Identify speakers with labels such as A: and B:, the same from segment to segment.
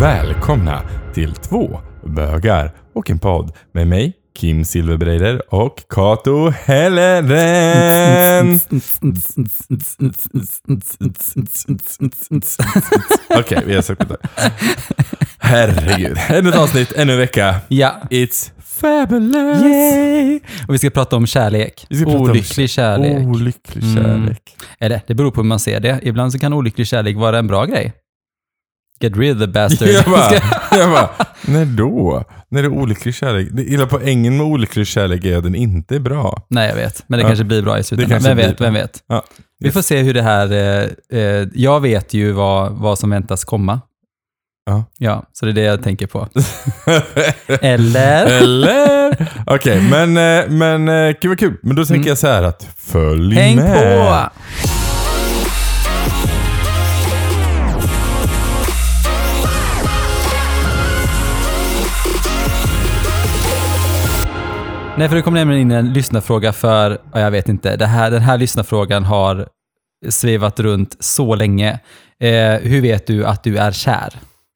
A: välkomna till två bögar och en podd med mig, Kim Silverbreider och Kato Helleren. Okej, vi har sagt det. Herregud. Ännu ett avsnitt, ännu en vecka.
B: Ja,
A: It's fabulous.
B: yay! Och vi ska prata om kärlek.
A: Vi ska prata om Oh.
B: olycklig kärlek.
A: Olycklig
B: Mm.
A: kärlek.
B: Är det? det beror på hur man ser det. Ibland så kan olycklig kärlek vara en bra grej. Get rid of the bastard.
A: Jag bara, jag bara, när då? När det är olycklig kärlek? Det illa poängen med olycklig kärlek är att den inte är bra.
B: Nej, jag vet. Men det
A: Ja.
B: kanske blir bra i slutändan.
A: kanske
B: Vem vet,
A: blir-
B: vem vet.
A: Ja.
B: Vi får se hur det här... Eh, eh, jag vet ju vad, vad som väntas komma.
A: Ja.
B: Ja, så det är det jag tänker på. Eller?
A: Eller? Okej, men, eh, men eh, gud vad kul. Men då tänker jag så här att följ
B: Mm. Häng
A: med.
B: på! Nej, för det kom nämligen in en lyssnarfråga för, ja, jag vet inte, det här, den här lyssnarfrågan har svävat runt så länge. Eh, hur vet du att du är kär?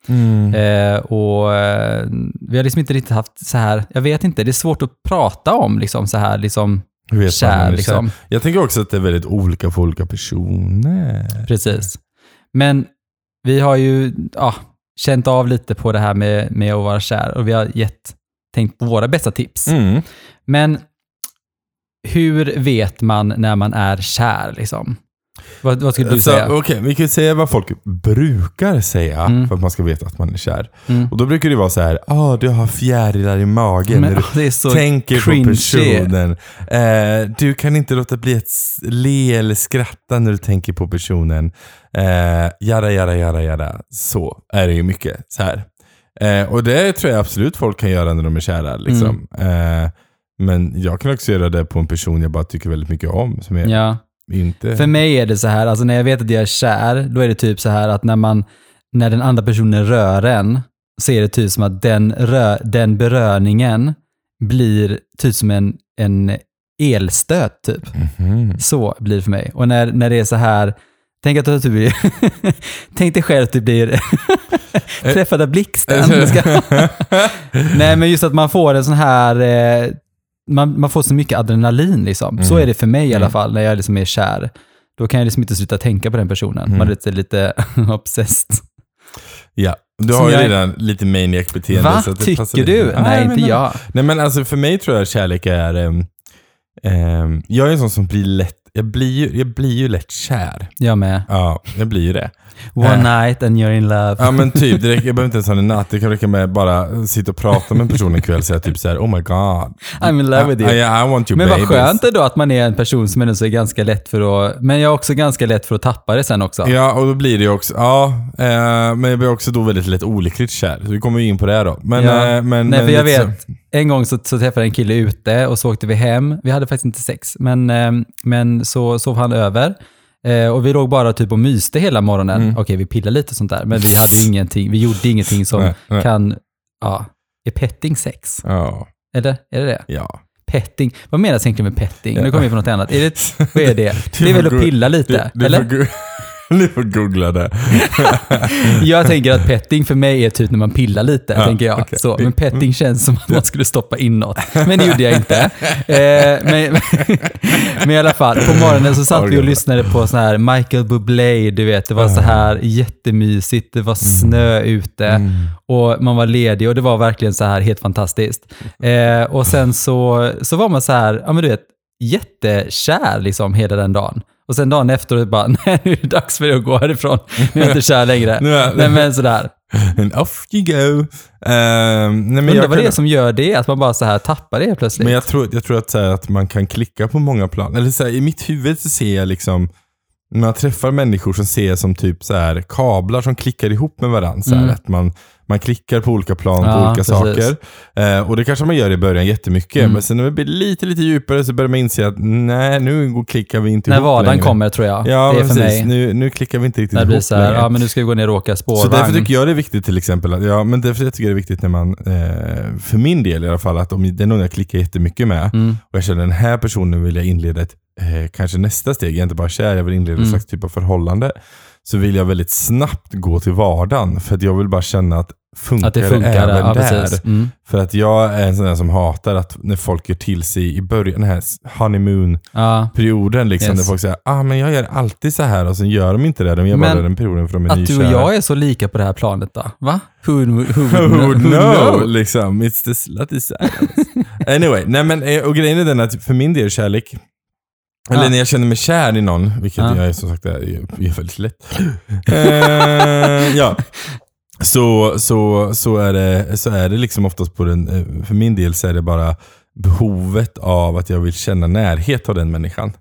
A: Mm.
B: Eh, och eh, Vi har liksom inte riktigt haft så här, jag vet inte, det är svårt att prata om liksom så här, liksom
A: Hur vet man om man
B: kär.
A: är
B: Liksom.
A: Jag tänker också att det är väldigt olika för olika personer.
B: Precis. Men vi har ju ja, känt av lite på det här med, med att vara kär och vi har gett, tänkt på våra bästa tips.
A: Mm.
B: Men hur vet man när man är kär? Liksom? Vad, vad skulle du
A: Så,
B: säga?
A: okej, vi kan ju säga vad folk brukar säga
B: Mm.
A: för att man ska veta att man är kär.
B: Mm.
A: Och då brukar det vara så här, ah du har fjärilar i magen
B: Men,
A: när du
B: åh, det är så
A: tänker
B: cringy.
A: på personen. Eh, du kan inte låta bli att s- le eller skratta när du tänker på personen. Eh, jada, jada, jada, jada. Så är det ju mycket. Så här. Eh, och det tror jag absolut folk kan göra när de är kära. Liksom. Eh, men jag kan också göra det på en person jag bara tycker väldigt mycket om. Som jag
B: Ja.
A: inte...
B: För mig är det så här, alltså när jag vet att jag är kär, då är det typ så här att när, man, när den andra personen rör en, så är det typ som att den, rö, den beröringen blir typ som en, en elstöt. Typ.
A: Mhm.
B: Så blir det för mig. Och när, när det är så här, tänk, att du typ blir, tänk dig själv att du blir
A: Eh,
B: träffad av blixten. Du ska- Nej, men just att man får en sån här... Eh, man, man får så mycket adrenalin liksom.
A: Mm.
B: Så är det för mig i alla fall, när jag liksom är kär. Då kan jag liksom inte sluta tänka på den personen.
A: Mm.
B: Man är lite, lite obsessed.
A: ja. Du
B: Som
A: har ju
B: jag-
A: redan lite maniac-beteende.
B: Va?
A: så att det passar
B: Tycker
A: lite.
B: du?
A: Ja,
B: Nej,
A: men-
B: inte jag.
A: Nej men alltså för mig tror jag kärlek är... ehm, ehm, jag är en sån som blir lätt... Jag blir ju, jag blir ju lätt kär.
B: Jag med.
A: Ja, jag blir ju det.
B: One night and you're in love.
A: Eh. Ja men typ, det räcker, jag behöver inte ens ha en natt. Det kan räcka med bara sitta och prata med en person en kväll och säga typ så här: oh my god.
B: I'm in love with you.
A: I, I, I want you
B: Men vad
A: babies."
B: skönt ändå att man är en person som ändå så är ganska lätt för att... Men jag är också ganska lätt för att tappa det sen också.
A: Ja, och då blir det ju också, ja, eh, men jag blir också då väldigt lätt olyckligt kär. Så vi kommer ju in på det här då. Men,
B: Ja.
A: eh, men,
B: Nej,
A: men
B: för jag
A: lite så-
B: vet, en gång så, så träffade jag en kille ute och så åkte vi hem. Vi hade faktiskt inte sex, men, eh, men så sov han över. Eh, Och vi låg bara typ och myste hela morgonen.
A: Mm.
B: Okej, vi pillade lite och sånt där, men vi hade ju ingenting. Vi gjorde ingenting som
A: Nej, nej.
B: kan... Ja, är petting sex?
A: Ja,
B: Eller? Är det det?
A: ja.
B: Petting? Vad menas egentligen med petting? Nu kommer vi på något annat. Är det, vad är det?
A: Du
B: Det är väl
A: får
B: att
A: go-
B: pilla lite?
A: Du, du, får
B: eller?
A: go- du får googla det.
B: Jag tänker att petting för mig är typ när man pillar lite,
A: Ja,
B: tänker jag.
A: okej. Mm.
B: Så, men petting känns som att man skulle stoppa in något. Men det gjorde jag inte. Eh, men, men i alla fall, på morgonen så satt vi och lyssnade på sån här Michael Bublé, du vet. Det var så här jättemysigt, det var snö ute
A: Mm.
B: och man var ledig och det var verkligen så här helt fantastiskt. Eh, och sen så, så var man så här, ja men du vet, jättekär liksom hela den dagen. Och sen dagen efter och bara, nej nu är det dags för dig att gå härifrån. Nu är jag inte kär längre.
A: Nu är-
B: Nej men sådär.
A: And off you go. Ehm, nej, men,
B: Undrar
A: jag
B: vad det är
A: kunde,
B: som gör det, att man bara så här tappar det plötsligt.
A: men jag tror, jag tror att, så här, att man kan klicka på många plan. Eller så här, I mitt huvud så ser jag liksom, när jag träffar människor som ser jag som typ så här, kablar som klickar ihop med varandra. Så här,
B: Mm.
A: att man, man klickar på olika plan på
B: Ja,
A: olika
B: precis.
A: saker. Eh, och det kanske man gör i början jättemycket.
B: Mm.
A: Men sen när det blir lite, lite djupare så börjar man inse att nej, nu går- klickar vi inte
B: När
A: ihop
B: vardagen
A: längre.
B: kommer tror jag.
A: Ja,
B: det är
A: men
B: för
A: precis.
B: mig.
A: Nu, nu klickar vi inte riktigt
B: När det
A: ihop
B: blir så här,
A: längre.
B: ja men nu ska vi gå ner och åka
A: Så därför
B: spårvagn.
A: tycker jag det är viktigt till exempel, att, ja, men därför tycker jag det är viktigt när man, eh, för min del i alla fall, att om det är någon jag klickar jättemycket med
B: Mm.
A: och jag känner den här personen vill jag inleda ett, eh, kanske nästa steg, jag är inte bara kär, jag vill inleda
B: Mm.
A: en slags typ av förhållande. Så vill jag väldigt snabbt gå till vardagen för att jag vill bara känna att funkar,
B: Att det funkar.
A: även där.
B: Ja, precis. Mm.
A: För att jag är en sån där som hatar att när folk gör till sig i början, den här honeymoon-perioden,
B: Ja.
A: liksom,
B: Yes.
A: där folk säger ah, men jag gör alltid så här och sen gör de inte det. De gör
B: Men
A: bara den perioden för de är
B: Att du och
A: nykära.
B: jag är så lika på det här planet då? Va? Who, who, who,
A: Who would
B: who
A: know? Liksom. It's the slutty silence. anyway, nej men eh, och grejen är den att för min del kärlek, eller
B: Ah.
A: när jag känner mig kär i någon, vilket
B: Ah.
A: jag är som sagt är, är väldigt lätt. eh, ja. Så, så, så, är det, så är det liksom oftast på den, eh, för min del så är det bara behovet av att jag vill känna närhet av den människan.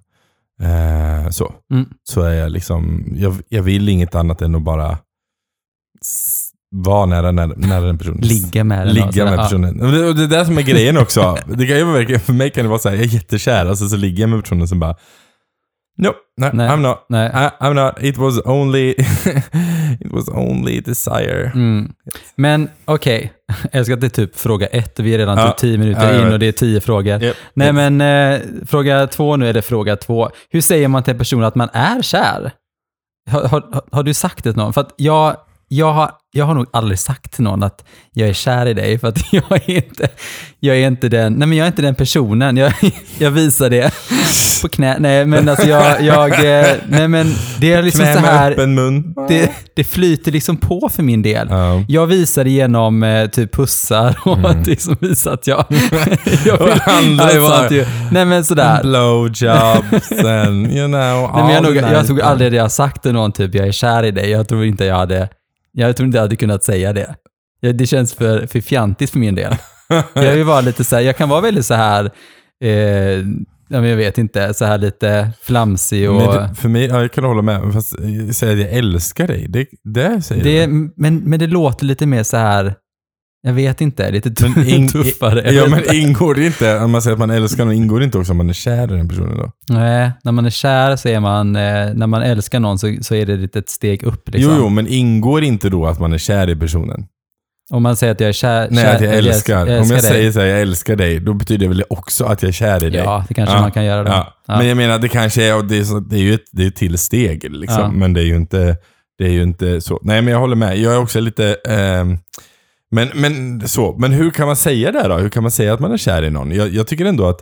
A: Eh, så.
B: Mm.
A: så är jag liksom, jag, jag vill inget annat än att bara s- vara nära, nära, nära den personen.
B: Ligga med den. då,
A: Ligga
B: sådär.
A: med
B: Ja.
A: personen. Och det, och det är det som är grejen också. Det kan ju vara verkligen, för mig kan det vara så här, jag är jättekär, alltså, så ligger jag med personen som bara Nope, no,
B: Nej.
A: I'm not.
B: Nej.
A: I, I'm not. It was only It was only desire.
B: Mm. Men okej, jag älskar att det är typ fråga ett och vi är redan
A: Ja.
B: typ tio
A: Ja,
B: minuter
A: jag
B: in
A: vet.
B: och det är tio frågor.
A: Yep.
B: Nej men eh, fråga två nu är det fråga två. Hur säger man till en person att man är kär? Har, har, har du sagt det till någon? För att jag, jag, har, jag har nog aldrig sagt till någon att jag är kär i dig för att jag är inte, jag är inte, den, nej men jag är inte den personen. Jag, jag visar det på knä. Nej men alltså jag, jag eh, nej men det är liksom
A: Knä
B: så
A: med
B: här,
A: öppen mun.
B: det, det flyter liksom på för min del.
A: Ja.
B: Jag visar genom eh, typ pussar och
A: Mm.
B: att liksom visa att jag... jag
A: Och andra
B: Ja, det var
A: så här.
B: inte ju- Nej men sådär.
A: Blowjobs and you know.
B: Nej, men jag,
A: all
B: nog,
A: the
B: jag tror
A: night.
B: aldrig att jag har sagt till någon typ jag är kär i dig. Jag tror inte jag hade, jag tror inte jag hade kunnat säga det. Ja, Det känns för, för fjantigt för min del. Jag vill vara lite så här, jag kan vara väldigt så här, eh, ja, men jag vet inte, så här lite flamsig och...
A: Men det, för mig, ja, jag kan hålla med, fast eh, säga att jag älskar dig, det, det säger
B: Det,
A: du.
B: är- men, men det låter lite mer så här, jag vet inte, lite tuff,
A: Men ing-
B: tuffare. Jag
A: Ja
B: vet
A: men
B: inte.
A: ingår det inte, om man säger att man älskar någon, ingår det inte också om man är kär i den personen då?
B: Nej, när man är kär så är man, eh, när man älskar någon så, så är det lite ett steg upp. Liksom.
A: Jo, jo, men ingår inte då att man är kär i personen?
B: Om man säger att jag är kär,
A: Nej,
B: kär
A: att jag älskar. om jag
B: dig.
A: säger så här, jag älskar dig, då betyder det väl också att jag är kär i dig?
B: Ja, det kanske
A: Ja,
B: man kan göra då.
A: Ja.
B: Ja.
A: Men jag menar, det kanske är, och det är, så, det är ju ett, det är ett till steg, liksom.
B: Ja.
A: men det är ju inte det är ju inte så. Nej, men jag håller med. Jag är också lite... ehm, men, men, så. men hur kan man säga det då? Hur kan man säga att man är kär i någon? Jag, jag tycker ändå att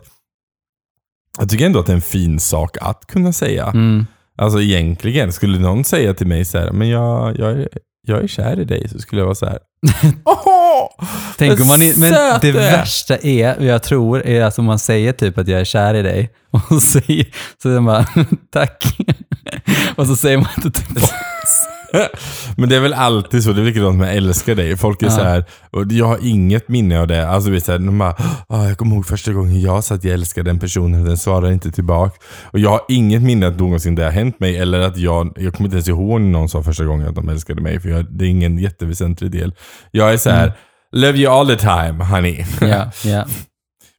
A: jag tycker ändå att det är en fin sak att kunna säga.
B: Mm.
A: Alltså egentligen, skulle någon säga till mig så här, men jag, jag, är, jag är kär i dig, så skulle jag vara så här. Åh!
B: Tänk om man är, men det
A: Söte!
B: värsta är, och jag tror, är att om man säger typ att jag är kär i dig, och säger, så säger man tack, och så säger man inte tillbaka.
A: Men det är väl alltid så. Det är väl likadant med jag älskar dig. Folk är
B: Ja.
A: så här, och jag har inget minne av det. Alltså, du vet, så här, de bara, "Ah, jag kommer ihåg första gången jag sa att jag älskar den personen och den svarar inte tillbaka. Och jag har inget minne att någonsin det har hänt mig. Eller att jag, jag kommer inte ens ihåg när någon sa första gången att de älskade mig. För jag, det är ingen jätteväsentlig del. Jag är så här, love you all the time honey.
B: Ja, ja.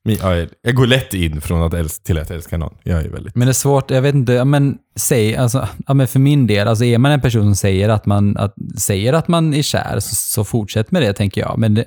A: Men Jag, är- jag går lätt in från att älska, till att älska någon. Jag är väldigt...
B: Men det är svårt, jag vet inte, ja, men säg, alltså, ja, men för min del, alltså är man en person som säger att man, att, säger att man är kär, så, så fortsätt med det tänker jag. Men det,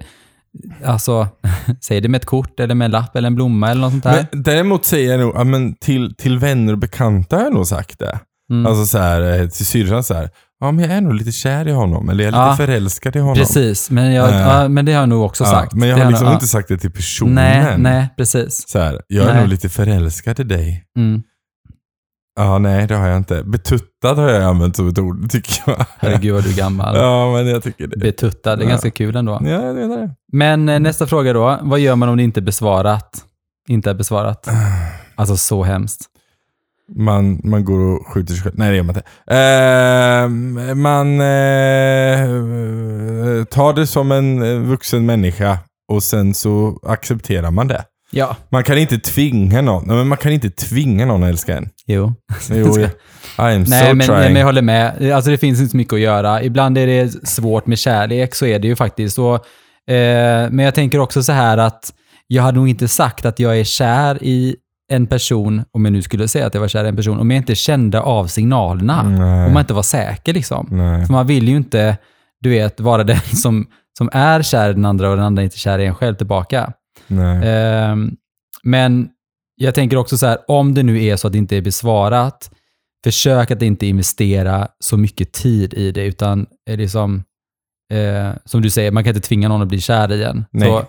B: alltså, säg det med ett kort eller med en lapp eller en blomma eller något sånt där.
A: Men däremot säger jag nog, ja, men till, till vänner och bekanta har jag nog sagt det.
B: Mm.
A: Alltså så här, eh, till syrran så här, ja men jag är nog lite kär i honom, eller jag är
B: Ja.
A: lite förälskad i honom.
B: Precis, men, jag,
A: Eh.
B: ja, men det har jag nog också
A: Ja,
B: sagt.
A: Men jag
B: Det
A: har liksom
B: nog-
A: inte sagt det till personen.
B: Nej, nej, precis.
A: Så här, jag är
B: Nej.
A: nog lite förälskad i dig.
B: Mm.
A: Ja, nej det har jag inte. Betuttad har jag använt som ett ord, tycker jag.
B: Herregud vad du är gammal.
A: Ja, men jag tycker det.
B: Betuttad, det är
A: Ja.
B: ganska kul ändå.
A: Ja, jag menar det.
B: Men eh, nästa fråga då, vad gör man om det inte är besvarat? Inte är besvarat.
A: Ah.
B: Alltså så hemskt.
A: Man, man går och skjuter sig själv. Nej, det gör man inte. Eh, man eh, tar det som en eh, vuxen människa och sen så accepterar man det.
B: Ja.
A: Man kan inte tvinga någon. Nej, men man kan inte tvinga någon att älska en.
B: Jo.
A: Jo, jag- I am
B: Nej,
A: so
B: men, nej,
A: trying.
B: men jag håller med. Alltså det finns inte så mycket att göra. Ibland är det svårt med kärlek, så är det ju faktiskt. Så, eh, men jag tänker också så här att jag hade nog inte sagt att jag är kär i en person, om jag nu skulle säga att jag var kär i en person, om jag inte kände av signalerna.
A: Mm, Nej. Mm.
B: Om man inte var säker liksom.
A: Nej.
B: För man vill ju inte, du vet, vara den som, som är kär i den andra och den andra inte är kär i en själv tillbaka.
A: Nej.
B: Ehm, men jag tänker också så här, om det nu är så att det inte är besvarat, försök att inte investera så mycket tid i det, utan eh, liksom, eh, som du säger, man kan inte tvinga någon att bli kär i en.
A: Nej.
B: Så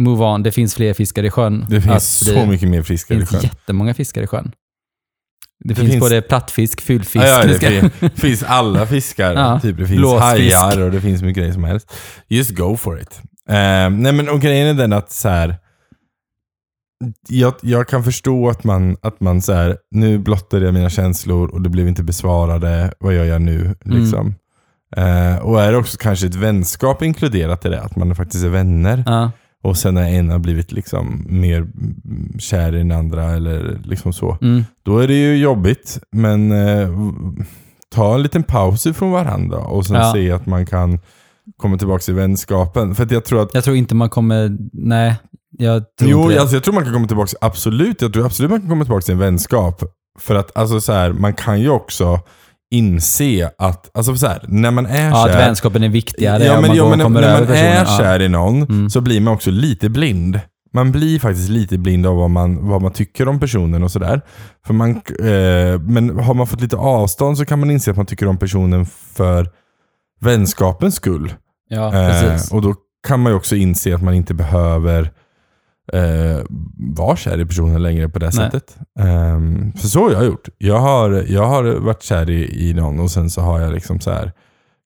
B: move on, det finns fler fiskar i sjön.
A: Det finns
B: att bli.
A: så mycket mer
B: alltså, Det
A: fiskar i
B: finns
A: sjön.
B: jättemånga fiskar i sjön. Det,
A: Det
B: finns,
A: finns-
B: både plattfisk, fyllfisk,
A: Ja, ja,
B: det ska-
A: det finns, finns alla fiskar.
B: Ja.
A: Typ det finns
B: Blåsfisk.
A: hajar och det finns mycket grejer som helst. Just go for it. Eh, nej men och grejen är den att så här. Jag, jag kan förstå att man, att man så här, nu blottade jag mina känslor och det blev inte besvarade. Vad gör jag nu?
B: Mm.
A: Liksom. Eh, och är det också kanske ett vänskap inkluderat i det? Att man faktiskt är vänner.
B: Ja.
A: Och sen när en har blivit liksom mer mm, kär i den andra eller liksom så.
B: Mm.
A: Då är det ju jobbigt, men eh, v- ta en liten paus ifrån varandra och sen
B: Ja.
A: se att man kan komma tillbaka till vänskapen. För att jag tror att
B: Jag tror inte man kommer... Nej, jag tror
A: Jo,
B: inte det.
A: alltså, jag tror man kan komma tillbaka, absolut, jag tror absolut man kan komma tillbaka till en vänskap. För att alltså, så här, man kan ju också inse att, alltså så här, när man är
B: ja, att
A: kär,
B: vänskapen är viktigare
A: ja,
B: om
A: men,
B: man
A: ja,
B: går och
A: men
B: kommer
A: när
B: över
A: man är
B: personen. Ja.
A: kär i någon
B: Mm.
A: så blir man också lite blind. Man blir faktiskt lite blind av vad man, vad man tycker om personen och sådär. För man, eh, men har man fått lite avstånd så kan man inse att man tycker om personen för vänskapens skull.
B: Ja, precis.
A: Eh, och då kan man ju också inse att man inte behöver eh, vara kär i personen längre på det
B: Nej.
A: sättet. Ehm, för så har jag gjort. Jag har, jag har varit kär i, i någon och sen så har jag liksom så här,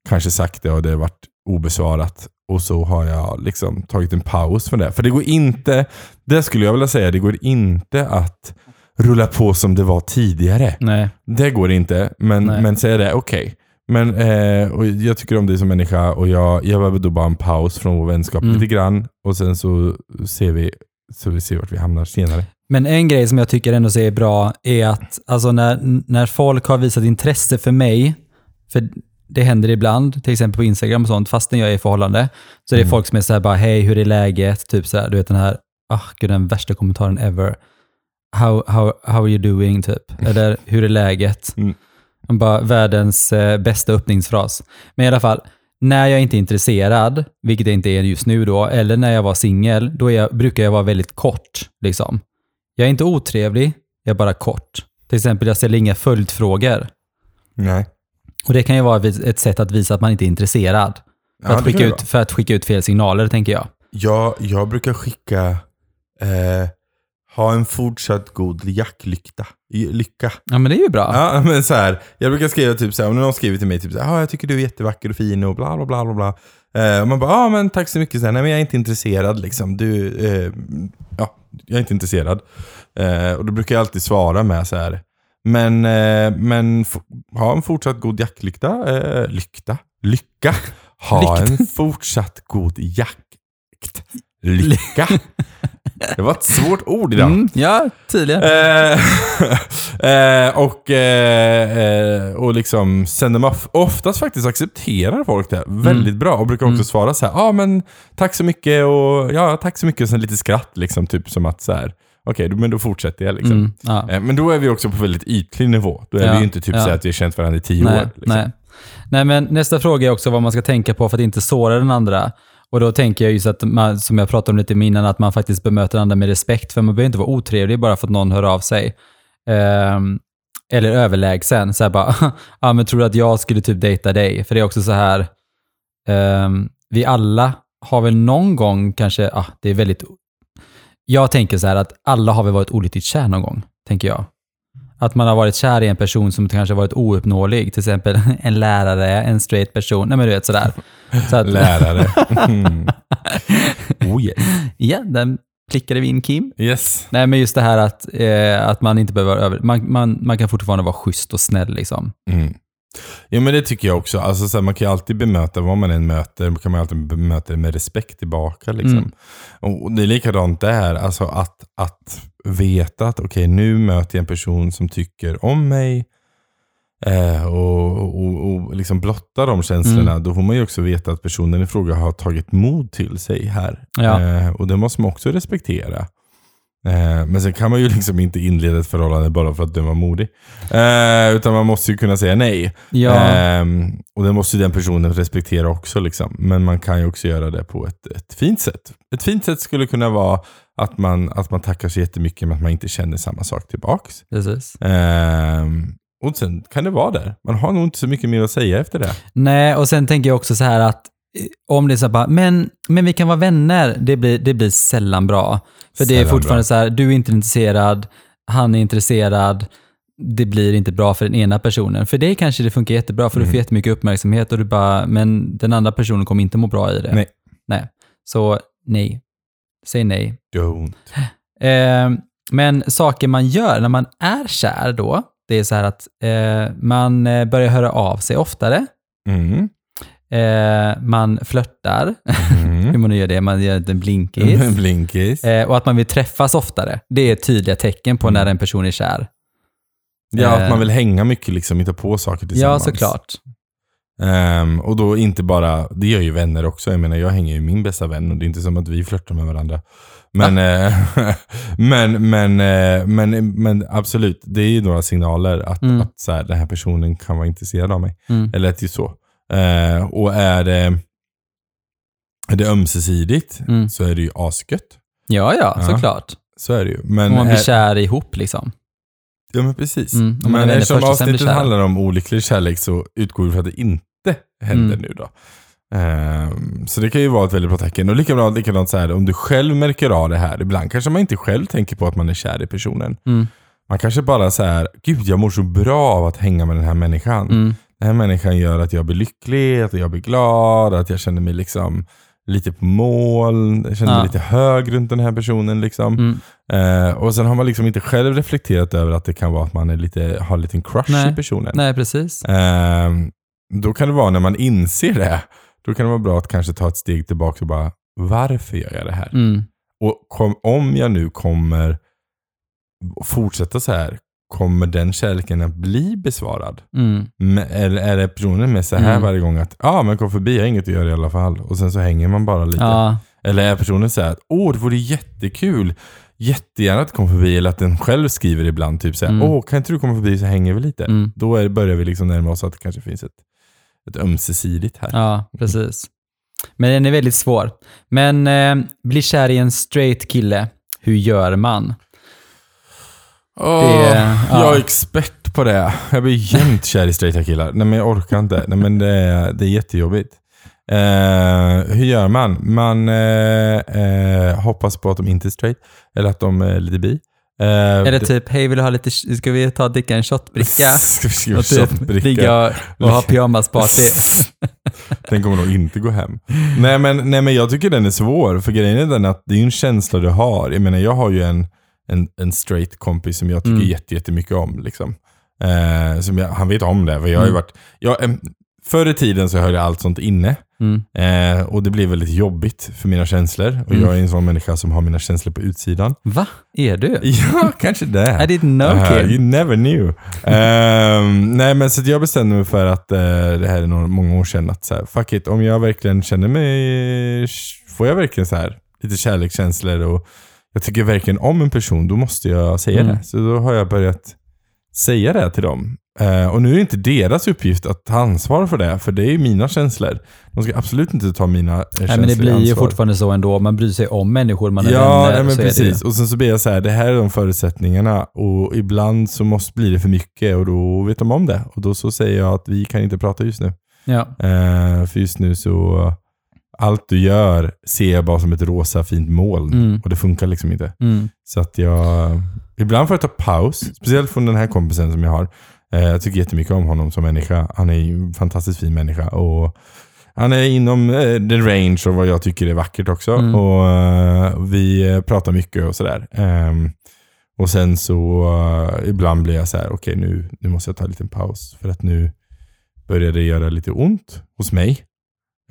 A: kanske sagt det och det har varit obesvarat. Och så har jag liksom tagit en paus från det. För det går inte, det skulle jag vilja säga, det går inte att rulla på som det var tidigare.
B: Nej.
A: Det går inte, men,
B: Nej.
A: men säga det, okej. Men eh, och jag tycker om dig som människa och jag, jag behöver då bara en paus från vår vänskap
B: Mm.
A: lite grann. Och sen så ser vi, så vi ser vart vi hamnar senare.
B: Men en grej som jag tycker ändå så är bra är att alltså när, när folk har visat intresse för mig, för det händer ibland, till exempel på Instagram och sånt, fastän jag är i förhållande, så är det folk som är så här bara, hej, hur är läget? Typ så här, du vet den här, ah, gud, den värsta kommentaren ever. How, how, how are you doing? Typ. Eller hur är läget?
A: Mm.
B: Man Bara, världens eh, bästa öppningsfras. Men i alla fall, när jag inte är intresserad, vilket jag inte är just nu då, eller när jag var singel, då är jag, brukar jag vara väldigt kort. Liksom. Jag är inte otrevlig, jag är bara kort. Till exempel, jag ställer inga följdfrågor.
A: Nej.
B: Och det kan ju vara vis- ett sätt att visa att man inte är intresserad. För,
A: Ja, det
B: att,
A: kan
B: skicka
A: det
B: ut, för att skicka ut fel signaler, tänker jag.
A: Jag, jag brukar skicka, eh, ha en fortsatt god jacklykta. Lycka.
B: Ja, men det är ju bra.
A: Ja, men så här, jag brukar skriva typ så här, om någon skriver till mig typ så här, ah, jag tycker du är jättevacker och fin och bla bla bla bla bla. Eh, och man bara, ah, men tack så mycket, så här, nej men jag är inte intresserad liksom. Du, eh, ja, jag är inte intresserad. Eh, och då brukar jag alltid svara med så här, men, eh, men f- ha en fortsatt god jacklykta. Eh, lykta? Lycka. Ha en fortsatt god jakt. Lycka. Det var ett svårt ord idag.
B: Mm, ja tydligen.
A: Eh, eh, och, eh, eh, och liksom sender man of- oftast faktiskt accepterar folk det
B: Mm.
A: väldigt bra och brukar också svara så här, ja ah, men tack så mycket och ja tack så mycket och sen lite skratt liksom typ som att så här, okej då- men då fortsätter jag liksom.
B: Mm, ja.
A: Eh, men då är vi också på väldigt ytlig nivå. Då är
B: Ja,
A: vi ju inte typ
B: ja.
A: så här att vi har känt varandra i tio
B: nej,
A: år. Liksom.
B: nej. nej, men nästa fråga är också vad man ska tänka på för att inte såra den andra. Och då tänker jag just att, man, som jag pratade om lite innan, att man faktiskt bemöter den andra med respekt. För man behöver inte vara otrevlig bara för att någon hör av sig. Ehm, eller överlägsen. Så här bara, ja men tror du att jag skulle typ dejta dig? För det är också så här, ehm, vi alla har väl någon gång kanske, ah, det är väldigt... Jag tänker så här att alla har väl varit olyckligt kär någon gång, tänker jag. Att man har varit kär i en person som kanske har varit ouppnåelig, till exempel en lärare, en straight person, nej men du vet sådär. Så att,
A: Lärare. Mm. oh yes.
B: ja, den prickade vi in Kim.
A: yes.
B: Nej men just det här att, eh, att man inte behöver vara över... Man, man, man kan fortfarande vara schysst och snäll liksom.
A: Mm. Jo men det tycker jag också. Alltså, så här, man kan ju alltid bemöta, vad man än möter, kan man alltid bemöta det med respekt tillbaka. Liksom.
B: Mm.
A: Och och det är likadant där, alltså att, att veta att okej nu möter jag en person som tycker om mig eh, och, och, och liksom blottar de känslorna.
B: Mm.
A: Då får man ju också veta att personen i fråga har tagit mod till sig här.
B: Ja.
A: Eh, och det måste man också respektera. Eh, Men sen kan man ju liksom inte inleda ett förhållande bara för att den var modig. Eh, utan man måste ju kunna säga nej.
B: Ja.
A: Ehm, och det måste ju den personen respektera också. Liksom. Men man kan ju också göra det på ett, ett fint sätt. Ett fint sätt skulle kunna vara att man, att man tackar så jättemycket men att man inte känner samma sak tillbaks.
B: Precis.
A: Ehm, och sen kan det vara där. Man har nog inte så mycket mer att säga efter det.
B: Nej, och sen tänker jag också så här att eh, om det är så här bara, men, men vi kan vara vänner, det blir, det blir sällan bra. För det är
A: Sällan
B: fortfarande
A: bra.
B: så här, du är inte intresserad, han är intresserad, det blir inte bra för den ena personen. För dig kanske det funkar jättebra, för du
A: Mm.
B: får jättemycket uppmärksamhet och du bara, men den andra personen kommer inte må bra i det.
A: Nej.
B: nej. Så nej, säg nej.
A: Don't.
B: Eh, men saker man gör när man är kär då, det är så här att eh, man eh, börjar höra av sig oftare.
A: Mm.
B: Eh, man flörtar, hur
A: Mm.
B: man nu gör det, man gör en liten blinkis.
A: Blinkis.
B: Eh, och att man vill träffas oftare. Det är tydliga tecken på när en person är kär.
A: Ja,
B: eh.
A: att man vill hänga mycket liksom, hitta på saker
B: Ja,
A: tillsammans.
B: såklart.
A: Ehm, och då inte bara, det gör ju vänner också. Jag menar, jag hänger ju med min bästa vän och det är inte som att vi flörtar med varandra. Men, eh, men, men, eh, men, men absolut, det är ju några signaler att,
B: Mm.
A: att så här, den här personen kan vara intresserad av mig.
B: Mm.
A: Eller att det är så. Eh, och är det, är det ömsesidigt
B: Mm.
A: så är det ju asgött.
B: Ja, ja,
A: Ja.
B: såklart.
A: Så är det ju. Men,
B: Om man blir
A: är-
B: kär ihop liksom.
A: Ja men precis.
B: Mm, om man är
A: Men
B: vänner
A: eftersom
B: först och sen blir
A: avsnittet
B: kära.
A: handlar om olycklig kärlek så utgår vi från att det inte händer
B: Mm.
A: nu då. Ehm, så det kan ju vara ett väldigt bra tecken. Och likadant, likadant så här, om du själv märker av det här. Ibland kanske man inte själv tänker på att man är kär i personen.
B: Mm.
A: Man kanske bara så här, gud jag mår så bra av att hänga med den här människan.
B: Mm.
A: Den här människan gör att jag blir lycklig, att jag blir glad, att jag känner mig liksom lite på mål, jag känner
B: Ja.
A: mig lite hög runt den här personen. Liksom.
B: Mm.
A: Eh, och sen har man liksom inte själv reflekterat över att det kan vara att man är lite, har en liten crush
B: Nej.
A: i personen.
B: Nej, precis.
A: Eh, då kan det vara när man inser det, då kan det vara bra att kanske ta ett steg tillbaka och bara, varför gör jag det här?
B: Mm.
A: Och kom, om jag nu kommer fortsätta så här, kommer den kärleken att bli besvarad?
B: Mm.
A: Men- Eller är det personen med så här
B: Mm.
A: varje gång att, ja men kom förbi, jag har inget att göra i alla fall. Och sen så hänger man bara lite.
B: Ja.
A: Eller är personen så här att åh, det vore jättekul. Jättegärna att komma förbi. Eller att den själv skriver ibland typ så här,
B: Mm.
A: åh, kan inte du komma förbi så hänger vi lite.
B: Mm.
A: Då är, börjar vi liksom närma oss att det kanske finns ett, ett ömsesidigt här.
B: Ja, precis. Men den är väldigt svår. Men eh, bli kär i en straight kille, hur gör man?
A: Åh,
B: ja.
A: Jag är expert på det. Jag blir jämt kär i straighta killar. Nej, men jag orkar inte. Nej, men det, är- det är jättejobbigt. Eh, hur gör man? Man eh, eh, hoppas på att de inte är straight. Eller att de är lite bi. Eh,
B: Är det typ, hej vill du ha lite, ska vi ta och dricka en shotbricka?
A: Ska vi skriva
B: Och typ
A: shotbricka?
B: ligga och ha pyjamasparty.
A: Den kommer nog inte gå hem. Nej men, nej men jag tycker den är svår. För grejen är den att det är ju en känsla du har. Jag menar jag har ju en, en, en straight kompis som jag tycker
B: Mm.
A: jätte, jättemycket om. Liksom. Eh, som jag, han vet om det. För jag har ju
B: Mm.
A: varit, jag, em, förr i tiden så höll jag allt sånt inne.
B: Mm.
A: Eh, och det blev väldigt jobbigt för mina känslor. Och
B: Mm.
A: jag är en sån människa som har mina känslor på utsidan.
B: Va? Är du?
A: Ja, kanske det.
B: I didn't know
A: Ah,
B: kid.
A: you never knew. Ehm, nej, men så att jag bestämde mig för att eh, det här är några, många år sedan. Att så här, fuck it, om jag verkligen känner mig... Får jag verkligen så här lite kärlekskänslor och jag tycker verkligen om en person, då måste jag säga
B: Mm.
A: det. Så då har jag börjat säga det till dem. Eh, och nu är det inte deras uppgift att ta ansvar för det, för det är ju mina känslor. De ska absolut inte ta mina eh, känslor
B: Nej, men det
A: i
B: blir ju
A: ansvar.
B: fortfarande så ändå, man bryr sig om människor, man har
A: Ja,
B: vänner.
A: nej, men
B: så är det ju.
A: precis. Och sen så blir jag så här, det här är de förutsättningarna och ibland så måste bli det för mycket och då vet de om det. Och då så säger jag att vi kan inte prata just nu.
B: Ja.
A: Eh, för just nu så, allt du gör ser jag bara som ett rosa fint moln
B: Mm.
A: och det funkar liksom inte.
B: Mm.
A: Så att jag, ibland får jag ta paus, speciellt från den här kompisen som jag har. Eh, jag tycker jättemycket om honom som människa. Han är ju en fantastiskt fin människa. Och han är inom eh, the range och vad jag tycker är vackert också.
B: Mm.
A: Och eh, Vi eh, pratar mycket och sådär. Ehm, och sen så eh, ibland blir jag så här, okej nu, nu måste jag ta en liten paus. För att nu börjar det göra lite ont hos mig.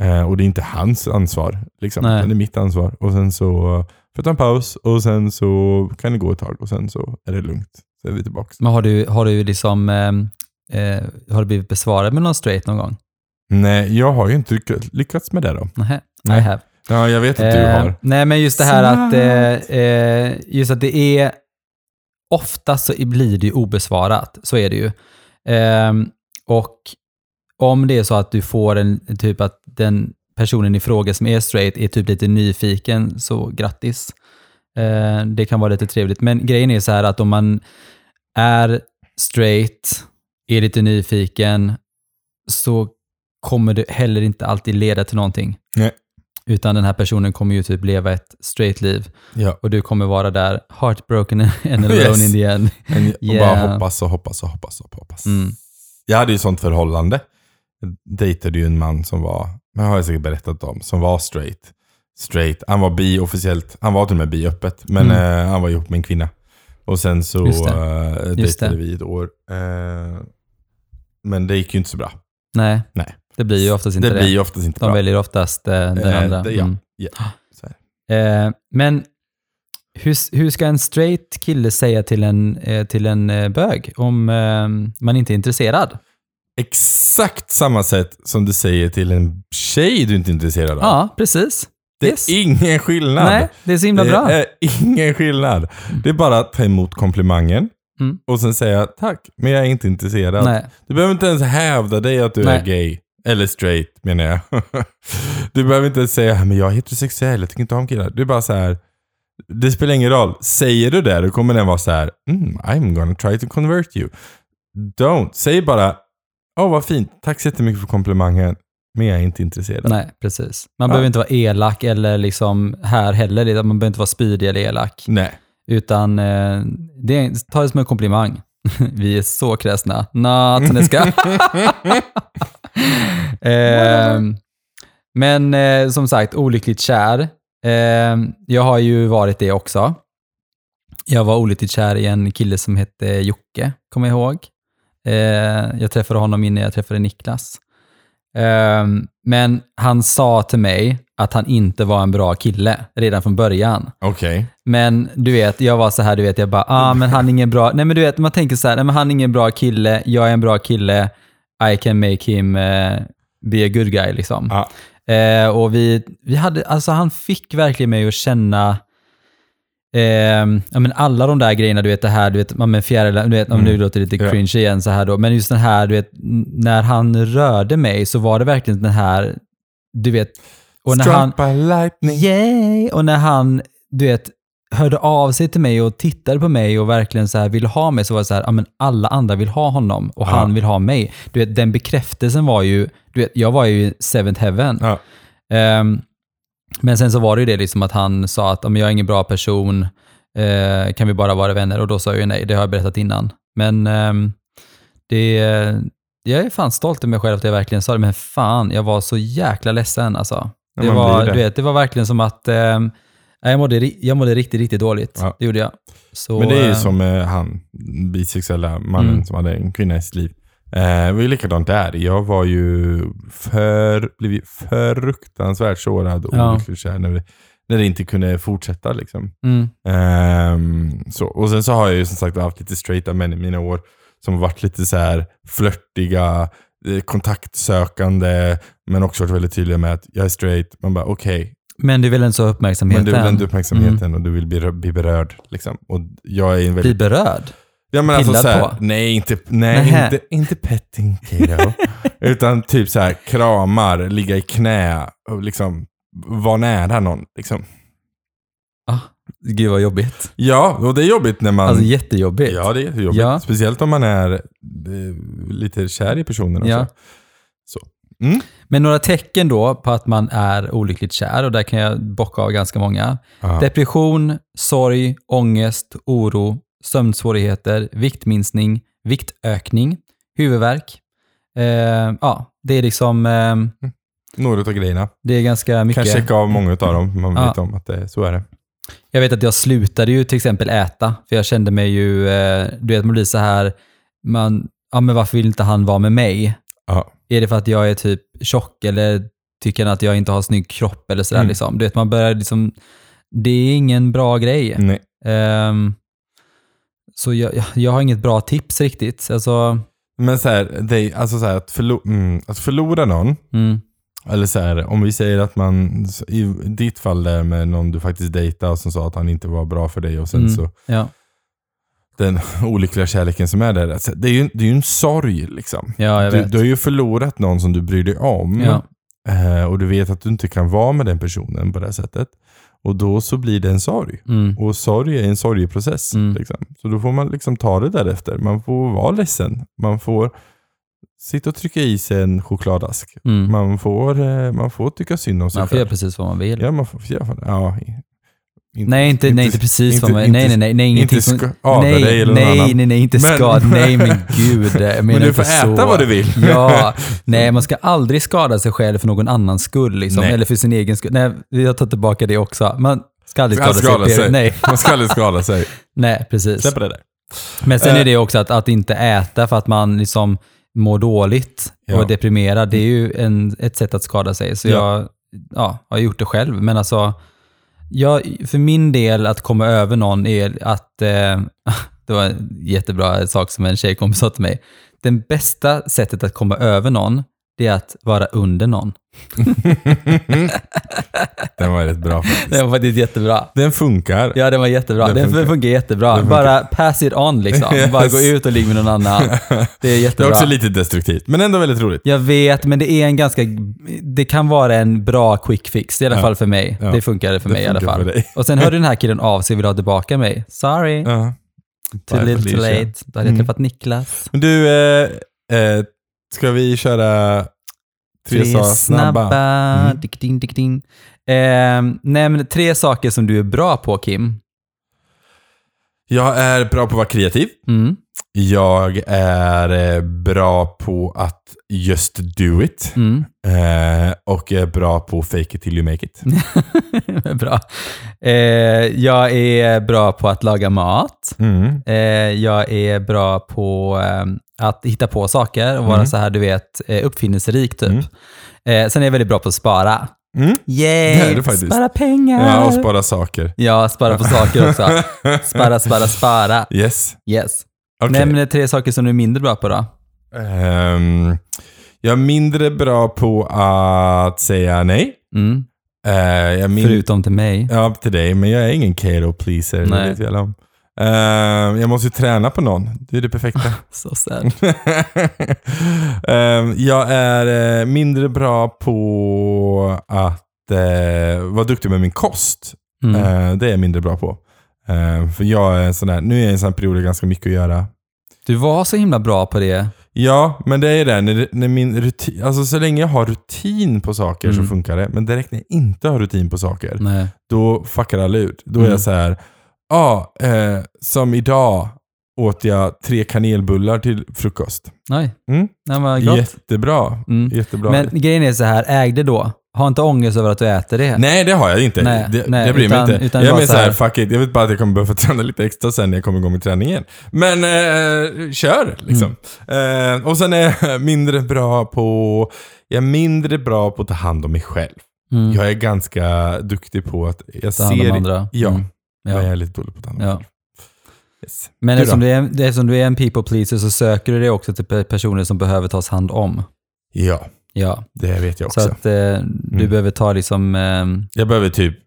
A: Eh, och det är inte hans ansvar. Liksom.
B: Nej.
A: utan Det är mitt ansvar. Och sen så eh, får jag ta en paus och sen så kan det gå ett tag och sen så är det lugnt. Så är vi tillbaka.
B: Men har du, har du liksom, ehm, eh, har du blivit besvarad med någon straight någon gång?
A: Nej, jag har ju inte lyck- lyckats med det då.
B: Nähä,
A: Nej.
B: I have.
A: Ja, jag vet att du
B: Eh,
A: har.
B: Nej, men just det här att,
A: Snabbt.
B: eh, eh, just att det är... Oftast så blir det ju obesvarat, så är det ju. Ehm, och om det är så att du får en typ att den personen i fråga som är straight är typ lite nyfiken, så grattis. Eh, det kan vara lite trevligt. Men grejen är så här att om man är straight, är lite nyfiken, så kommer det heller inte alltid leda till någonting.
A: Nej.
B: Utan den här personen kommer ju typ leva ett straight liv
A: Ja.
B: och du kommer vara där heartbroken and alone
A: Yes.
B: in the end.
A: Men, och
B: Yeah.
A: bara hoppas och hoppas och hoppas och hoppas.
B: Mm.
A: Jag hade ju sånt förhållande. Jag dejtade ju en man som var, men har jag säkert berättat om, som var straight. Straight. Han var bi officiellt. Han var till och med bi öppet. Men eh, han var ihop med en kvinna. Och sen så
B: Mm. Just det.
A: eh, dejtade
B: Just det.
A: vi ett år. Eh, men det gick ju inte så bra.
B: Nej.
A: Nej.
B: det blir ju oftast inte
A: det
B: det.
A: blir ju oftast inte
B: De
A: bra.
B: väljer oftast eh, den
A: Eh,
B: andra.
A: det- ja.
B: Mm.
A: Ja. Så här.
B: Eh, men hur, hur ska en straight kille säga till en, eh, till en eh, bög om eh, man inte är intresserad?
A: Exakt samma sätt som du säger till en tjej du inte är intresserad av.
B: Ja, precis.
A: det är
B: yes.
A: ingen skillnad.
B: Nej, det är så himla
A: det
B: bra.
A: är ingen skillnad. Det är bara att ta emot komplimangen
B: Mm.
A: och sen säga tack, men jag är inte intresserad.
B: Nej.
A: Du behöver inte ens hävda dig att du
B: Nej.
A: är gay. Eller straight menar jag. du behöver inte ens säga men jag är heterosexuell, jag tycker inte om killar. Du är bara så här. Det spelar ingen roll. Säger du det, då kommer den vara så här. Mm, I'm gonna try to convert you. Don't. Säg bara. Åh, vad fint. Tack så jättemycket för komplimangen. Men jag är inte intresserad.
B: Nej, precis. Man
A: Ja.
B: behöver inte vara elak eller liksom här heller. Det- Man behöver inte vara spydig eller elak.
A: Nej.
B: Utan eh, det är, ta det som en komplimang. Vi är så kräsna. Not, det ska. eh, men eh, som sagt, olyckligt kär. Eh, jag har ju varit det också. Jag var olyckligt kär i en kille som hette Jocke, kommer jag ihåg. Eh, jag träffade honom innan jag träffade Niklas. Eh, men han sa till mig att han inte var en bra kille redan från början.
A: Okej.
B: Men du vet, jag var så här, du vet, jag bara, ah men han är ingen bra, nej men du vet, man tänker så här, nej men han är ingen bra kille, jag är en bra kille, I can make him eh, be a good guy liksom.
A: Ja.
B: Eh, och vi, vi hade, alltså han fick verkligen mig att känna, ehm, ja men alla de där grejerna, du vet det här, du vet, ja, men fjärilar, du vet, om nu låter det lite
A: Mm. Ja.
B: cringe igen så här då, men just den här, du vet, n- när han rörde mig så var det verkligen den här, du vet, och när han,
A: Struck by lightning.
B: Yay! Och när han, du vet, hörde av sig till mig och tittade på mig och verkligen så här ville ha mig så var det så här, ja men alla andra vill ha honom och han vill ha mig. Du vet, den bekräftelsen var ju, du vet, jag var ju i seventh heaven.
A: Ja.
B: Ehm, men sen så var det ju det liksom att han sa att om jag är ingen bra person, eh, kan vi bara vara vänner? Och då sa jag ju nej, det har jag berättat innan. Men ehm, det, jag är fan stolt över mig själv att jag verkligen sa det, men fan, jag var så jäkla ledsen alltså.
A: Ja,
B: Det
A: man
B: var,
A: blir det.
B: Du vet, det var verkligen som att ehm, nej, jag, mådde, ri- jag mådde riktigt, riktigt dåligt.
A: Ja.
B: Det gjorde jag. Så,
A: Men det är ju
B: eh,
A: som eh, han, bisexuella mannen
B: Mm.
A: som hade en kvinna i sitt liv. Eh, det var ju likadant där. Jag var ju för, blev ju fruktansvärt sårad och
B: Ja.
A: olyckligt kär när, det- när det inte kunde fortsätta. Liksom.
B: Mm,
A: Ehm, så. Och sen så har jag ju som sagt haft lite straighta män i mina år som har varit lite så här flörtiga, eh, kontaktsökande, men också varit väldigt tydliga med att jag är straight. Man bara okej,
B: men du vill inte så ha uppmärksamheten.
A: men du vill ändå uppmärksamheten
B: Mm.
A: och du vill bli, bli berörd. Liksom. Och jag är en väldigt
B: Bli berörd.
A: Ja men alltså
B: Pillad
A: såhär,
B: på?
A: nej inte, nej,
B: Nähä.
A: inte, inte petting kiddo. Utan typ så här kramar, ligga i knä, och liksom vara nära någon. Liksom.
B: Ah, gud vad jobbigt.
A: Ja, och det är jobbigt när man...
B: Alltså jättejobbigt.
A: ja, det är jobbigt.
B: Ja.
A: Speciellt om man är eh, lite kär i personen också. Mm.
B: Ja. Men några tecken då på att man är olyckligt kär, och där kan jag bocka av ganska många.
A: Ja.
B: Depression, sorg, ångest, oro, sömnsvårigheter, viktminskning, viktökning, huvudvärk. Eh, ja, det är liksom, eh,
A: Några av grejerna.
B: det är ganska mycket.
A: Kan checka av många av dem. Man
B: Ja.
A: vet om att det, så är det.
B: Jag vet att jag slutade ju till exempel äta, för jag kände mig ju, eh, du vet man blir så här, man, ja men varför vill inte han vara med mig?
A: Ja.
B: Är det för att jag är typ tjock eller tycker han att jag inte har snygg kropp eller sådär
A: Mm.
B: liksom? Du vet, man börjar liksom, det är ingen bra grej.
A: Nej.
B: Ehm, så jag, jag- jag har inget bra tips riktigt. Alltså,
A: Men så här, det, är- alltså så här, att, förlo- mm, att förlora någon
B: mm,
A: Eller så här, om vi säger att man, i ditt fall där med någon du faktiskt dejtade och som sa att han inte var bra för dig och sen
B: Mm.
A: så
B: ja,
A: den olyckliga kärleken som är där. Alltså, det, är ju, det är ju en sorg liksom.
B: ja, jag
A: Du,
B: vet.
A: du har ju förlorat någon som du bryr dig om
B: Ja.
A: Eh, och du vet att du inte kan vara med den personen på det här sättet. Och då så blir det en sorg.
B: Mm,
A: Och sorg är en sorgeprocess.
B: Mm.
A: Liksom. Så då får man liksom ta det därefter. Man får vara ledsen. Man får sitta och trycka i sig en chokladask.
B: Mm.
A: Man får, eh, man får tycka synd om sig
B: Man får göra
A: själv.
B: precis vad man vill.
A: Ja, man får göra fan- ja, i- inte-
B: Nej, inte, nej, inte precis vad man...
A: inte-
B: Nej, nej, nej, nej, ingenting
A: Inte
B: som...
A: skada
B: nej,
A: dig eller någon
B: nej,
A: annan.
B: nej, nej, inte
A: Men-
B: skada. Nej, men gud. jag menar
A: Men du
B: inte
A: får äta
B: så.
A: vad du vill.
B: Ja, nej, man ska aldrig skada sig själv för någon annans skull, liksom,
A: Nej.
B: eller för sin egen skull. Nej, jag tar tillbaka det också. Man ska aldrig skada,
A: Man ska skada
B: sig.
A: sig.
B: Nej,
A: Man ska aldrig skada sig.
B: nej, precis.
A: Släpp det där.
B: Men sen är det också att, att inte äta för att man liksom mår dåligt och
A: Ja.
B: är deprimerad. Det är ju en, ett sätt att skada sig. Så
A: Ja.
B: jag Mm. ja, har gjort det själv. Men alltså, jag, för min del att komma över någon är att, eh, det var en jättebra sak som en tjejkompis sa till mig. Den bästa sättet att komma över någon, det är att vara under någon.
A: Den var rätt bra faktiskt.
B: Det var faktiskt jättebra.
A: Den funkar.
B: Ja, den var jättebra.
A: Den
B: Den funkar,
A: funkar.
B: jättebra.
A: Den funkar.
B: Bara pass it on liksom. Bara
A: Yes.
B: gå ut och ligg med någon annan. Det är
A: det
B: jättebra.
A: är också lite destruktivt, men ändå väldigt roligt.
B: Jag vet, men det är en ganska... Det kan vara en bra quick fix, i alla
A: Ja.
B: fall för mig.
A: Ja.
B: Det funkade för
A: Det
B: mig i alla
A: funkar för
B: fall.
A: dig.
B: Och sen hörde den här killen av sig och ville ha tillbaka mig. Sorry,
A: Ja.
B: too
A: Bye,
B: little
A: Felicia.
B: too late. Då hade jag
A: Mm.
B: träffat Niklas.
A: Men du, eh, eh, ska vi köra tre, sa snabba? Mm.
B: Dick, ding, dick, ding. Ehm, nej, men tre saker som du är bra på, Kim.
A: Jag är bra på att vara kreativ.
B: Mm,
A: Jag är eh, bra på att just do it.
B: mm.
A: Eh, och jag är bra på fake it till you make it.
B: bra. Ehm, jag är bra på att laga mat.
A: Mm.
B: Eh, jag är bra på ehm, att hitta på saker och vara
A: Mm.
B: så här, du vet, eh, uppfinningsrik typ.
A: Mm.
B: Eh, sen är jag väldigt bra på att spara.
A: Mm.
B: Yay!
A: Det är du faktiskt.
B: Spara pengar!
A: Ja, och spara saker.
B: Ja, spara på saker också. Spara, spara, spara.
A: Yes.
B: Yes.
A: Okej.
B: Nämn tre saker som du är mindre bra på då.
A: Ehm, jag är mindre bra på att säga nej.
B: Mm.
A: Eh, jag är min-
B: Förutom till mig.
A: Ja, till dig. Men jag är ingen Kato pleaser.
B: Nej.
A: Det vet jag alla om. Ehm, jag måste ju träna på någon. Det är det perfekta.
B: Så sad.
A: Ehm, jag är eh, mindre bra på att eh, vara duktig med min kost.
B: Mm.
A: Ehm, det är jag mindre bra på. Ehm, för jag är en sån där, nu är jag i en sån här period där jag har ganska mycket att göra.
B: Du var så himla bra på det.
A: Ja, men det är det. När, när min rutin, alltså så länge jag har rutin på saker
B: Mm.
A: så funkar det. Men direkt när jag inte har rutin på saker,
B: Nej.
A: då fuckar alla ut. Då är
B: Mm.
A: jag så här, ja, eh, som idag åt jag tre kanelbullar till frukost.
B: Nej.
A: Mm.
B: Nej, vad gott.
A: Jättebra.
B: Mm.
A: Jättebra.
B: Men grejen är så här, ägde då. Ha inte ångest över att du äter det.
A: Nej, det har jag inte.
B: Nej,
A: det,
B: nej,
A: det bryr
B: utan-
A: mig inte.
B: utan
A: jag
B: bara
A: är mer
B: så
A: så här,
B: här-
A: fuck it. Jag vet bara att jag kommer behöva träna lite extra sen när jag kommer igång med träningen. Men eh, kör liksom.
B: Mm.
A: Eh, och sen är jag mindre bra på... Jag är mindre bra på att ta hand om mig själv.
B: Mm.
A: Jag är ganska duktig på att... Jag
B: Ta hand om
A: ser...
B: andra.
A: Ja,
B: Mm.
A: men jag
B: Ja.
A: är lite dålig på att ta hand om mig
B: ja.
A: själv. Yes.
B: Men
A: Du
B: eftersom
A: då?
B: du, är, eftersom du är en people pleaser så söker du dig också till pe- personer som behöver tas hand om.
A: Ja,
B: Ja,
A: det vet jag också. Mm.
B: så att eh, du behöver ta liksom, ehm,
A: Jag behöver typ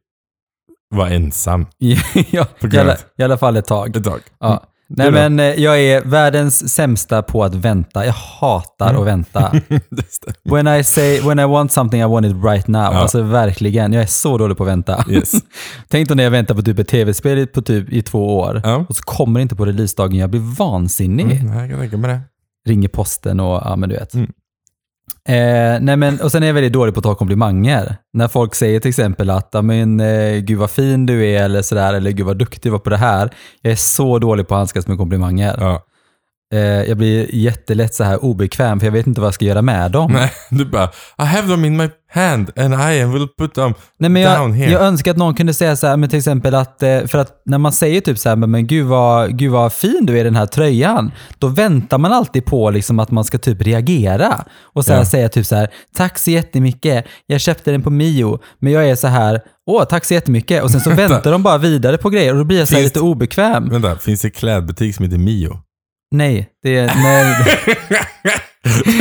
A: vara ensam
B: ja,
A: På
B: i, alla,
A: grandet.
B: i alla fall ett tag.
A: ett tag.
B: Ja. Nej
A: Du då?
B: men eh, jag är världens sämsta på att vänta. Jag hatar
A: Mm.
B: att vänta.
A: Det stämmer.
B: When I say, when I want something I want it right now. Alltså verkligen, jag är så dålig på att vänta.
A: Yes.
B: Tänk då när jag väntar på typ ett tv-spel på typ i två år.
A: Ja.
B: Och så kommer det inte på releasedagen, jag blir vansinnig.
A: Mm, jag kan tänka mig det.
B: ringer posten och ja men du vet.
A: Mm.
B: Eh, nej men, och sen är jag väldigt dålig på att ta komplimanger. När folk säger till exempel att ja, men, eh, gud vad fin du är eller sådär, eller gud vad duktig du var på det här. Jag är så dålig på att handskas med komplimanger.
A: Ja.
B: Eh, jag blir jättelätt så här obekväm för jag vet inte vad jag ska göra med dem.
A: Nej, du bara I have them in my hand and I will put them
B: Nej, men
A: down
B: jag,
A: here.
B: jag önskar att någon kunde säga så här, men till exempel att, eh, för att när man säger typ så här, men men gud vad, gud vad fin du är i den här tröjan, då väntar man alltid på liksom att man ska typ reagera och så här
A: Ja.
B: säga typ så här, tack så jättemycket, jag köpte den på Mio, men jag är så här, åh tack så jättemycket, och sen så väntar de bara vidare på grejer och då blir jag så här
A: Finns
B: lite obekväm.
A: Vänta, finns det klädbutik som heter Mio?
B: Nej, det är, nej,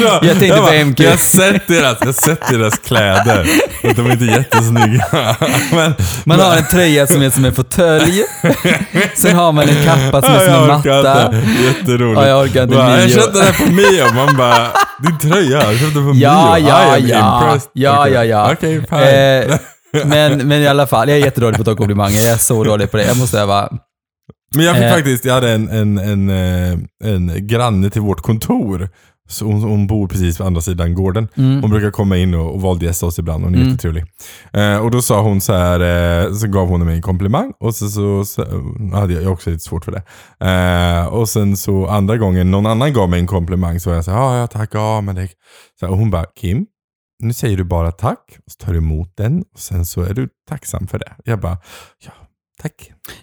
A: Ja,
B: tänkte på
A: bara,
B: MQ.
A: Jag har sett deras, jag har sett deras kläder. Och de är inte jättesnygga. Men,
B: man har en tröja som är som en fåtölj, sen har man en kappa som är som
A: Ja,
B: en
A: jag orkar
B: matta.
A: inte. Jätteroligt.
B: Ja, jag orkar inte
A: Bara, Jag
B: Mio.
A: köpte den här på Mio. Man bara, din tröja, jag köpte den på
B: Ja,
A: Mio.
B: ja,
A: I am
B: ja.
A: impressed.
B: Ja,
A: Okej.
B: ja, ja.
A: Okej, fine.
B: Eh, men, men i alla fall, jag är jättedålig på att ta komplimanger. Jag är så dålig på det. Jag måste öva.
A: Men jag fick
B: Eh.
A: faktiskt, jag hade en, en, en, eh, en granne till vårt kontor Så hon, hon bor precis på andra sidan gården. Hon brukar komma in och, och valdgästa oss ibland. Hon är jättetrevlig. Eh, och då sa hon så här, eh, så gav hon mig en komplimang och så, så, så eh, hade jag, jag också lite svårt för det. Eh, och sen så andra gången någon annan gav mig en komplimang så var jag så här, ah, ja tack, ja men det... Så här, och hon bara, Kim, nu säger du bara tack och så tar du emot den och sen så är du tacksam för det. Jag bara, ja, tack.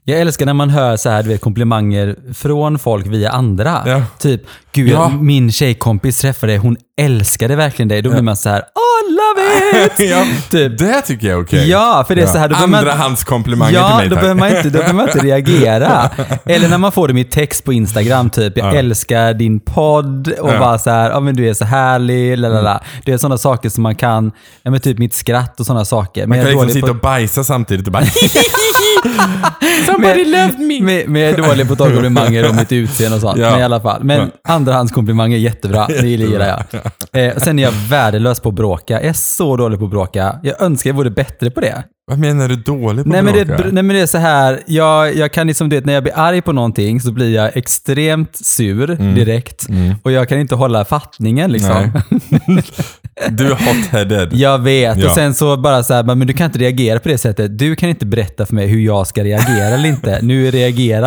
B: Jag älskar när man hör så här, du vet, komplimanger från folk via andra.
A: Ja.
B: Typ, gud,
A: Ja.
B: min tjejkompis träffade dig, hon älskade verkligen dig. Då blir man så här, oh, love it!
A: ja,
B: Typ.
A: Det tycker jag är okej.
B: Ja, för det är så här, då behöver man-
A: Andrahandskomplimanger till
B: Ja,
A: mig
B: då
A: tack.
B: behöver, man inte, då behöver man inte reagera. Eller när man får dem i text på Instagram, typ “Jag älskar din podd” och
A: Ja. Mm.
B: bara så här “Ja men du är så härlig”, lalala. Det är sådana saker som man kan, ja men typ mitt skratt och sådana saker.
A: Man
B: Men
A: kan
B: jag är
A: liksom
B: dålig
A: sitta
B: på-
A: och bajsa samtidigt och bara
B: men- men- men jag är dålig på att ta komplimanger om mitt utseende och sånt.
A: Ja.
B: Men i alla fall. Men andrahandskomplimanger är jättebra. Det gillar jag. Eh, sen är jag värdelös på att bråka. Jag är så dålig på att bråka. Jag önskar jag vore bättre på det.
A: Vad menar du dålig på
B: Nej
A: att
B: men, det,
A: bråka?
B: br- nej men det är så här, jag, jag kan liksom, du vet, när jag blir arg på någonting så blir jag extremt sur
A: Mm.
B: direkt och jag kan inte hålla fattningen liksom.
A: Du är hot-headed.
B: Jag vet,
A: Ja.
B: och sen så bara så här, bara, men du kan inte reagera på det sättet. Du kan inte berätta för mig hur jag ska reagera eller inte. Nu reagerar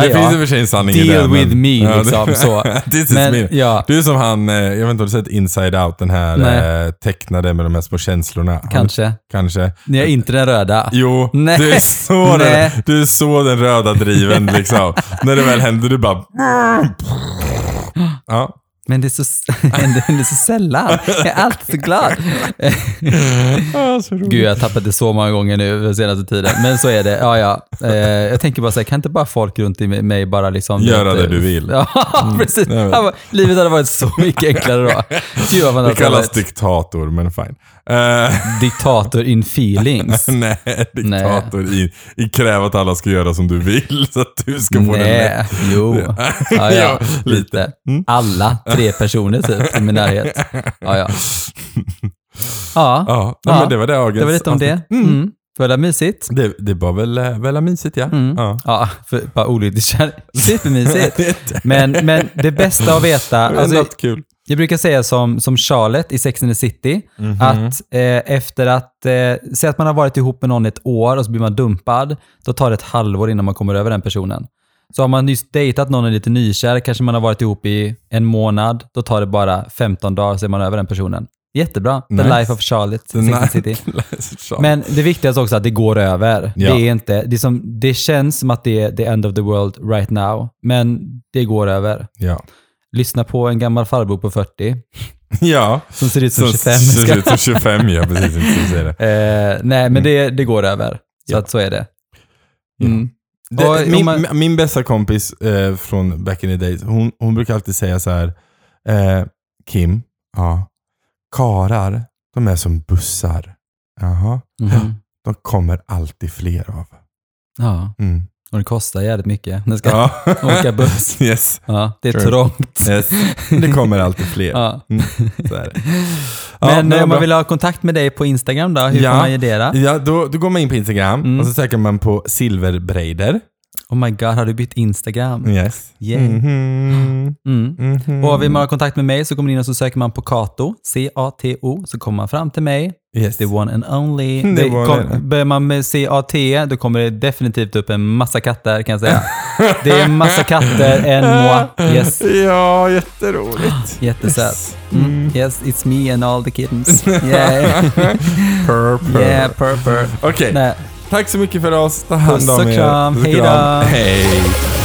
A: det
B: jag.
A: finns i och för sig en sanning i det.
B: Deal
A: men-
B: with me
A: Ja, det-
B: liksom. Så.
A: This is
B: Men,
A: me.
B: ja.
A: Du är som han, eh, jag vet inte om du har sett Inside Out, den här
B: Nej.
A: eh, tecknade med de här små känslorna. Han-
B: Kanske.
A: Kanske.
B: Ni är inte den röda.
A: Jo,
B: Nej.
A: Du, är så den,
B: Nej.
A: du är så den röda driven liksom. När det väl händer, du bara... Ja,
B: Men det är, så, det är så sällan. Jag är alltid så glad.
A: Mm.
B: Gud, jag har tappat det så många gånger nu den senaste tiden. Men så är det. Ja, ja. Eh, jag tänker bara så här, kan inte bara folk runt i mig bara liksom...
A: Göra
B: vet,
A: det du vill. Mm.
B: Ja, precis.
A: Nej, men-
B: Han bara, Livet hade varit så mycket enklare då. Gud vad man
A: det
B: hade
A: kallas
B: kallas
A: diktator, men fine. Eh,
B: diktator in feelings.
A: Nej, diktator I, i kräv att alla ska göra som du vill så att du ska få det lätt.
B: Nej, jo. Ja,
A: Ja,
B: ja,
A: lite.
B: lite. Alla tre personer typ i min närhet. Ja, ja. Ja,
A: Ja, nej,
B: Ja,
A: men det var det Agens
B: det var lite om det. Mm. Det Mm. var väl mysigt.
A: Det, det var väl, eh, väl mysigt ja. ja.
B: Ja, för, bara olydigt kär. Supermysigt. Men, men det bästa att veta,
A: Ändå
B: alltså,
A: kul.
B: jag brukar säga som, som Charlotte i Sex and the City, att eh, efter att, eh, säg att man har varit ihop med någon ett år och så blir man dumpad, då tar det ett halvår innan man kommer över den personen. Så har man nyss dejtat någon och är lite nykär, kanske man har varit ihop i en månad, då tar det bara 15 dagar så är man över den personen. Jättebra. The
A: Nice.
B: life of Charlotte,
A: Den
B: Sex and
A: här-
B: the City.
A: Så.
B: Men det viktigaste också är att det går över.
A: Ja.
B: Det, är inte, det, är som, det känns som att det är the end of the world right now, men det går över.
A: ja.
B: Lyssna på en gammal farbror på 40
A: ja.
B: som ser ut som
A: Så-
B: 25.
A: så-
B: Ska,
A: så- så 25 ja, precis. inte som du säger det.
B: eh, nej, men det, det går över. Så
A: Mm. Ja.
B: att så är det.
A: Ja.
B: Mm.
A: Det,
B: Och om
A: min,
B: man-
A: min bästa kompis eh, från back in the days, hon, hon brukar alltid säga så här, eh, Kim, ja, karar, de är som bussar. Jaha,
B: Mhm.
A: de kommer alltid fler av.
B: Ja,
A: Mm.
B: och det kostar jävligt mycket. Den ska
A: Ja.
B: åka buss.
A: Yes.
B: Ja, det är
A: Sure.
B: trångt.
A: yes. Det kommer alltid fler.
B: Ja.
A: Så är det. Mm. Ja,
B: Men eh, om
A: bra.
B: man vill ha kontakt med dig på Instagram då, hur
A: Ja.
B: får man ge det då?
A: Ja, då, då går man in på Instagram
B: Mm.
A: och så söker man på silverbreider.
B: Oh my god, har du bytt Instagram?
A: Yes.
B: Yay.
A: Mhm.
B: Mm.
A: Mhm.
B: Och vill man ha kontakt med mig så kommer man in och så söker man på Kato, C-A-T-O, så kommer man fram till mig.
A: Yes.
B: The one and only.
A: The
B: Det
A: one
B: kom,
A: and-
B: börjar man med CAT, E, då kommer det definitivt upp en massa katter kan jag säga. det är en massa katter, en moi. Yes,
A: Ja, jätteroligt.
B: jättesöt. Mm. Yes, it's me and all the kittens. Yeah,
A: Purr, purr.
B: yeah, purr, purr.
A: Okej,
B: Nej.
A: tack så mycket för oss. Ta hand
B: Puss
A: om
B: och
A: er.
B: kram.
A: Puss och
B: Hej då.
A: kram. Hej.